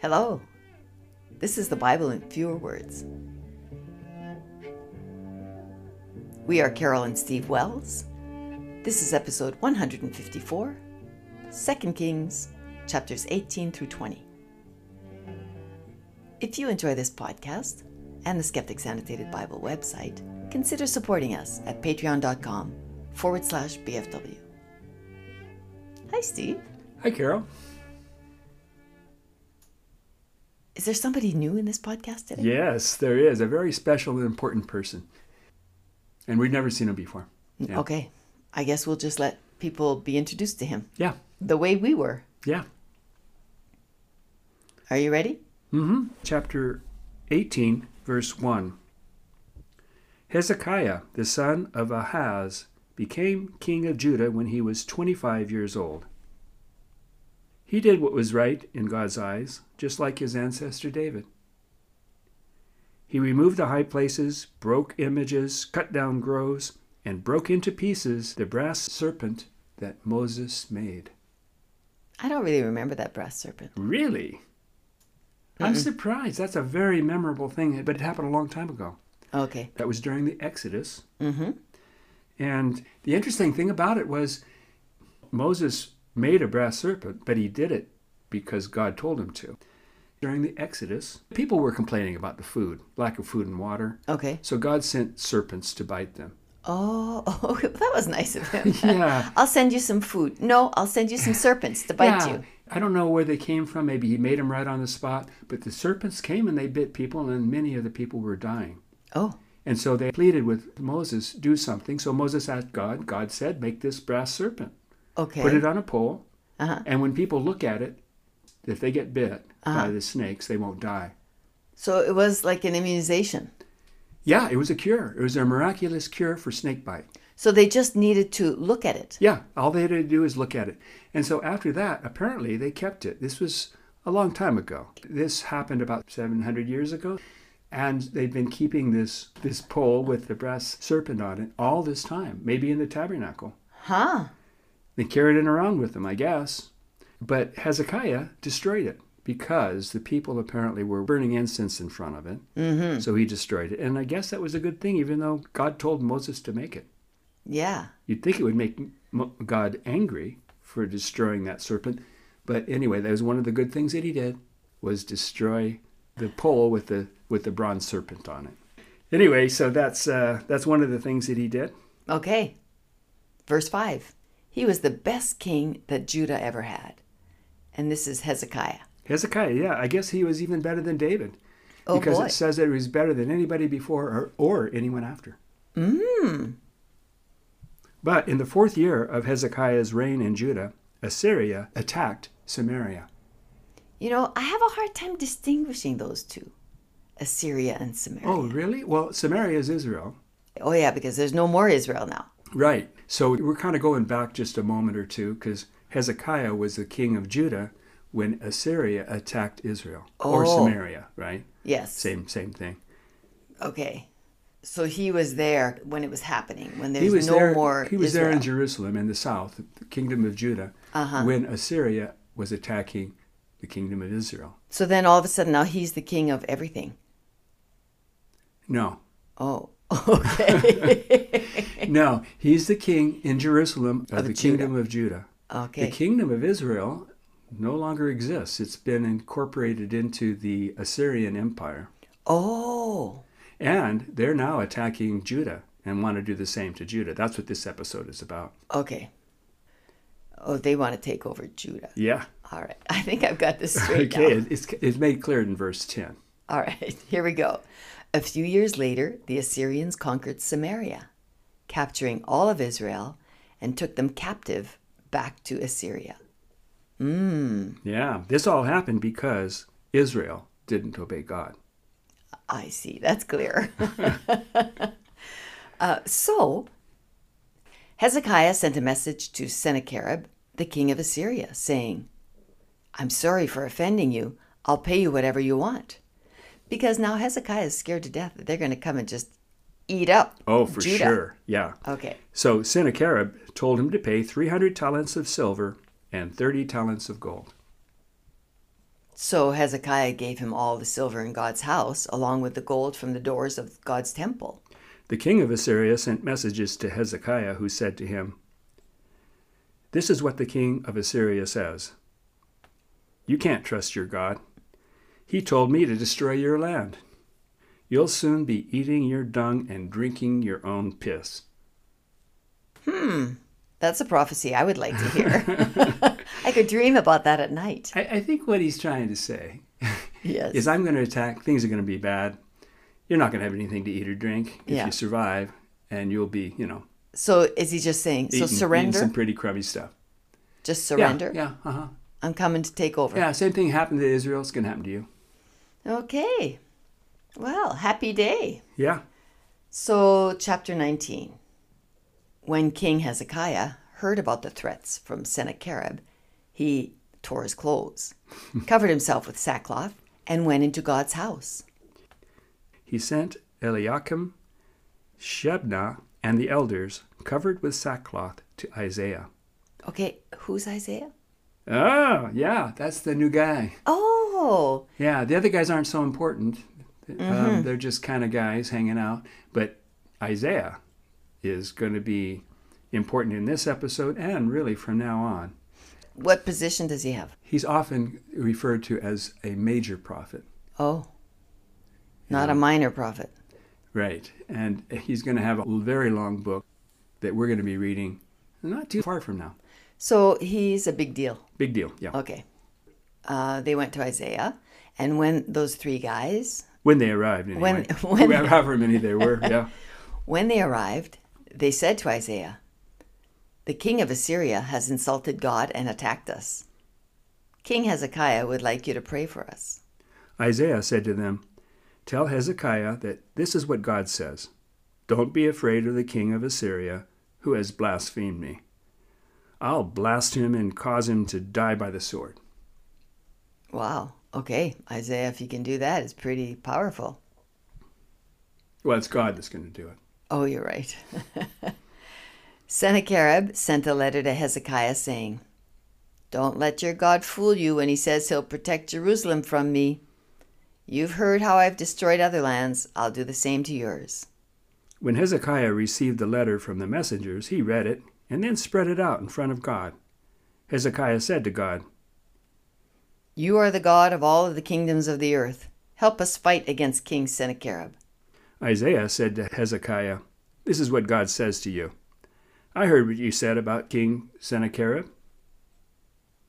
Hello. This is the Bible in fewer words. We are Carol and Steve Wells. This is episode 154, 2 Kings, chapters 18 through 20. If you enjoy this podcast and the Skeptics Annotated Bible website, consider supporting us at patreon.com forward slash BFW. Hi, Steve. Hi, Carol. Is there somebody new in this podcast today? Yes, there is a very special and important person, and we've never seen him before. Yeah. Okay. I guess we'll just let people be introduced to him Yeah, the way we were. yeah. Are you ready? Mm-hmm. Chapter 18, verse 1. Hezekiah, the son of Ahaz, became king of Judah when he was 25 years old. He did what was right in God's eyes, just like his ancestor David. He removed the high places, broke images, cut down groves, and broke into pieces the brass serpent that Moses made. I don't really remember that brass serpent. Really? I'm surprised. That's a very memorable thing, but it happened a long time ago. Okay. That was during the Exodus. Mm-hmm. And the interesting thing about it was Moses made a brass serpent, but he did it because God told him to. During the Exodus, people were complaining about the food, lack of food and water. Okay. So God sent serpents to bite them. Oh, that was nice of him. Yeah. I'll send you some food. No, I'll send you some serpents to bite you. I don't know where they came from. Maybe he made them right on the spot, but the serpents came and they bit people, and many of the people were dying. Oh, And so they pleaded with Moses, do something. So Moses asked God. God said, make this brass serpent. okay. Put it on a pole. Uh-huh. And when people look at it, if they get bit by the snakes, they won't die. So it was like an immunization. Yeah, it was a cure. It was a miraculous cure for snake bite. So they just needed to look at it. Yeah, all they had to do is look at it. And so after that, apparently they kept it. This was a long time ago. This happened about 700 years ago. And they've been keeping this, this pole with the brass serpent on it all this time, maybe in the tabernacle. Huh. They carried it around with them, I guess. But Hezekiah destroyed it because the people apparently were burning incense in front of it. Mm-hmm. So he destroyed it. And I guess that was a good thing, even though God told Moses to make it. Yeah. You'd think it would make Mo- God angry for destroying that serpent. But anyway, that was one of the good things that he did was destroy the pole with the with the bronze serpent on it. Anyway, so that's uh, that's one of the things that he did. Okay. Verse 5. He was the best king that Judah ever had. And this is Hezekiah. Hezekiah, yeah, I guess he was even better than David. Oh, because boy. it says that he was better than anybody before or, or anyone after. Mm. But in the fourth year of Hezekiah's reign in Judah, Assyria attacked Samaria. You know, I have a hard time distinguishing those two Assyria and Samaria. Oh, really? Well, Samaria is Israel. Oh, yeah, because there's no more Israel now. Right. So we're kind of going back just a moment or two because Hezekiah was the king of Judah when Assyria attacked Israel or Oh. Samaria, right? Yes. Same same thing. Okay. So he was there when it was happening, when he there's was no there, more He was there in Israel. Jerusalem in the south, the kingdom of Judah, Uh-huh. when Assyria was attacking the kingdom of Israel. So then all of a sudden now he's the king of everything. No, Oh, okay. no, he's the king in Jerusalem of, Of the Judah. kingdom of Judah. okay. The kingdom of Israel no longer exists. It's been incorporated into the Assyrian Empire, Oh, and they're now attacking Judah and want to do the same to Judah. That's what this episode is about. okay. Oh, they want to take over Judah. Yeah. All right. I think I've got this straight Okay. now. it- It's it's made clear in verse ten. All right. Here we go. A few years later, the Assyrians conquered Samaria, capturing all of Israel and took them captive back to Assyria. Yeah, this all happened because Israel didn't obey God. I see. That's clear. uh, so, Hezekiah sent a message to Sennacherib, the king of Assyria, saying, I'm sorry for offending you. I'll pay you whatever you want. Because now Hezekiah is scared to death that they're going to come and just eat up. Oh, for Judah. sure. Yeah. Okay. So Sennacherib told him to pay 300 talents of silver and 30 talents of gold. So Hezekiah gave him all the silver in God's house, along with the gold from the doors of God's temple. The king of Assyria sent messages to Hezekiah, who said to him, This is what the king of Assyria says You can't trust your God. He told me to destroy your land. You'll soon be eating your dung and drinking your own piss. That's a prophecy I would like to hear. I could dream about that at night. I, I think what he's trying to say Yes. is I'm going to attack, things are going to be bad. You're not going to have anything to eat or drink if Yeah. you survive, and you'll be, you know, so is he just saying, so eating, eating surrender? some pretty crummy stuff. just Yeah, surrender? Yeah, uh-huh. I'm coming to take over. Yeah, same thing happened to Israel. It's going to happen to you. Okay. Well, happy day. Yeah. So, chapter 19. When King Hezekiah heard about the threats from Sennacherib, he tore his clothes, covered himself with sackcloth, and went into God's house. He sent Eliakim, Shebna, and the elders, covered with sackcloth, to Isaiah. Okay, who's Isaiah? Oh, yeah, that's the new guy. Oh, Yeah, the other guys aren't so important. Um, they're just kind of guys hanging out. But Isaiah is going to be important in this episode and really from now on. what position does he have? He's often referred to as a major prophet. Oh, not a minor prophet. Right. And he's going to have a very long book that we're going to be reading not too far from now. So he's a big deal. Big deal. Yeah. Okay. Uh, they went to Isaiah, and when those three guys, When they arrived, anyway. when- however many there were. Yeah. when they arrived, they said to Isaiah, The king of Assyria has insulted God and attacked us. King Hezekiah would like you to pray for us. Isaiah said to them, Tell Hezekiah that this is what God says Don't be afraid of the king of Assyria, who has blasphemed me. I'll blast him and cause him to die by the sword. Wow. Okay, Isaiah, if you can do that, it's pretty powerful. Well, it's God that's going to do it. Oh, you're right. Sennacherib sent a letter to Hezekiah saying, Don't let your God fool you when he says he'll protect Jerusalem from me. You've heard how I've destroyed other lands. I'll do the same to yours. When Hezekiah received the letter from the messengers, he read it and then spread it out in front of God. Hezekiah said to God, You are the God of all of the kingdoms of the earth. Help us fight against King Sennacherib. Isaiah said to Hezekiah, This is what God says to you. I heard what you said about King Sennacherib.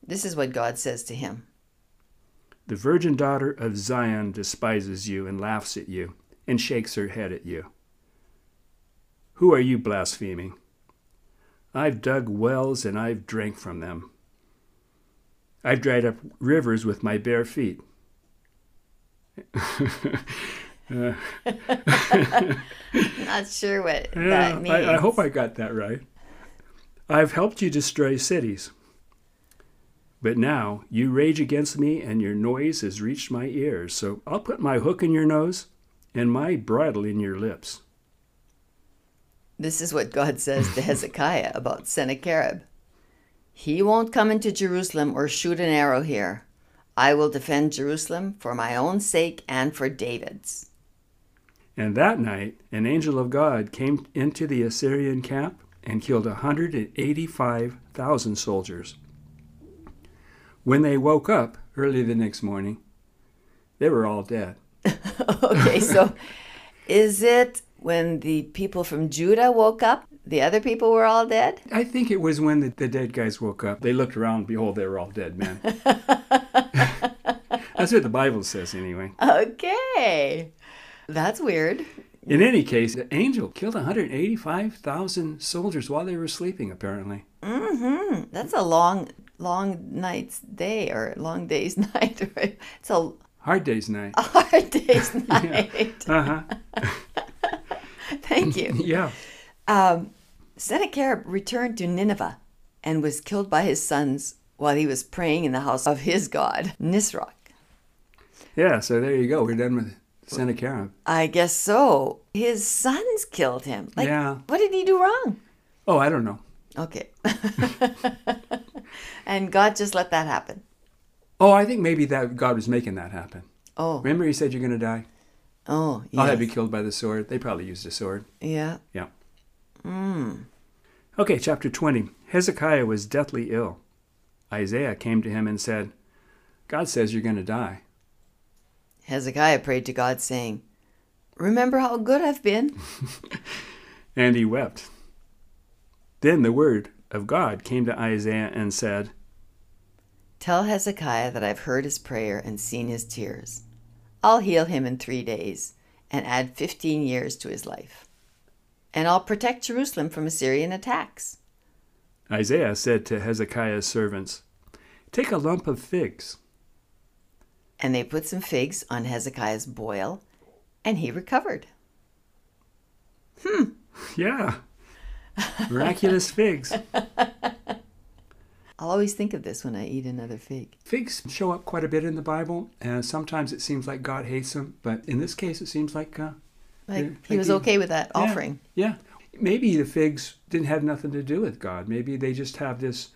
This is what God says to him. The virgin daughter of Zion despises you and laughs at you and shakes her head at you. Who are you blaspheming? I've dug wells and I've drank from them. I've dried up rivers with my bare feet. Not sure what Yeah, that means. I, I hope I got that right. I've helped you destroy cities. But now you rage against me, and your noise has reached my ears. So I'll put my hook in your nose and my bridle in your lips. This is what God says to Hezekiah about Sennacherib. He won't come into Jerusalem or shoot an arrow here. I will defend Jerusalem for my own sake and for David's. And that night, an angel of God came into the Assyrian camp and killed 185,000 soldiers. When they woke up early the next morning, they were all dead. Okay, so is it when the people from Judah woke up, the other people were all dead? I think it was when the, the dead guys woke up. They looked around, behold, they were all dead men. That's what the Bible says, anyway. Okay. That's weird. In any case, the angel killed 185,000 soldiers while they were sleeping, apparently. That's a long, long night's day or long day's night. Right? It's a Hard day's night. hard day's night. Uh huh. Thank you. Yeah. Um, Sennacherib returned to Nineveh and was killed by his sons while he was praying in the house of his god, Nisroch. Yeah, so there you go. We're done with Sennacherib. I guess so. His sons killed him. Like, Yeah. what did he do wrong? Oh, I don't know. Okay. and God just let that happen. Oh, I think maybe that God was making that happen. Oh, Remember, he said, You're going to die? oh, I'll yes. have you killed by the sword. They probably used a sword. yeah. Yeah. Okay, chapter 20. Hezekiah was deathly ill. Isaiah came to him and said, God says you're going to die. Hezekiah prayed to God, saying, Remember how good I've been? And he wept. Then the word of God came to Isaiah and said, Tell Hezekiah that I've heard his prayer and seen his tears. I'll heal him in three days and add 15 years to his life. And I'll protect Jerusalem from Assyrian attacks. Isaiah said to Hezekiah's servants, Take a lump of figs. And they put some figs on Hezekiah's boil, and he recovered. Yeah. Miraculous figs. I'll always think of this when I eat another fig. Figs show up quite a bit in the Bible, and sometimes it seems like God hates them, but in this case, it seems like uh, Like, Yeah, he like was he- okay with that Yeah, offering. Yeah. Maybe the figs didn't have nothing to do with God. Maybe they just have this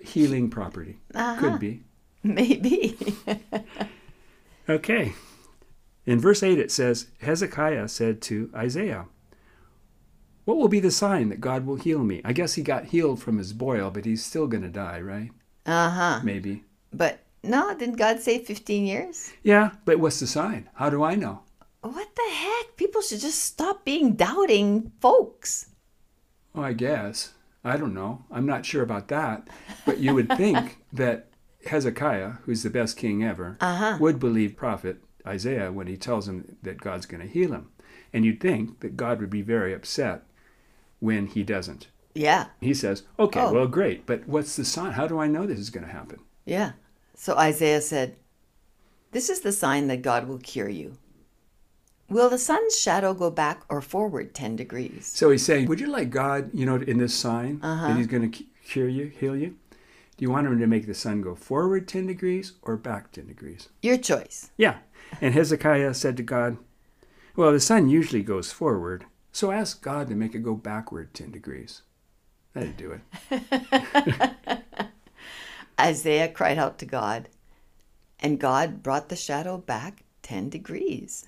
healing property. Uh-huh. Could be. Maybe. Okay. In verse 8, it says Hezekiah said to Isaiah, What will be the sign that God will heal me? I guess he got healed from his boil, but he's still going to die, right? uh huh. Maybe. But no, didn't God say 15 years? Yeah, but what's the sign? How do I know? What the heck? People should just stop being doubting folks. Oh, I guess. I don't know. I'm not sure about that. But you would think that Hezekiah, who's the best king ever, Uh-huh. would believe prophet Isaiah when he tells him that God's going to heal him. And you'd think that God would be very upset when he doesn't. Yeah, He says, okay, Oh. well, great, but what's the sign? How do I know this is going to happen? yeah. So Isaiah said, This is the sign that God will cure you. Will the sun's shadow go back or forward 10 degrees? So he's saying, would you like God, you know, in this sign Uh-huh. that he's going to cure you, heal you? Do you want him to make the sun go forward 10 degrees or back 10 degrees? Your choice. Yeah. And Hezekiah said to God, Well, the sun usually goes forward, so ask God to make it go backward 10 degrees. That'd do it. Isaiah cried out to God, and God brought the shadow back 10 degrees.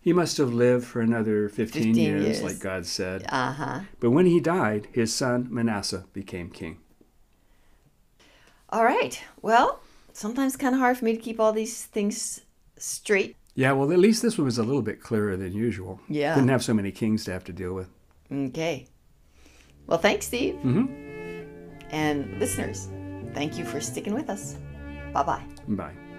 He must have lived for another 15 15, years, years. like God said. Uh huh. But when he died, his son Manasseh became king. All right. Well, sometimes kind of hard for me to keep all these things straight. Yeah, well, at least this one was a little bit clearer than usual. Yeah. Didn't have so many kings to have to deal with. Okay. Well, thanks, Steve. Mhm. And listeners, thank you for sticking with us. Bye bye. Bye.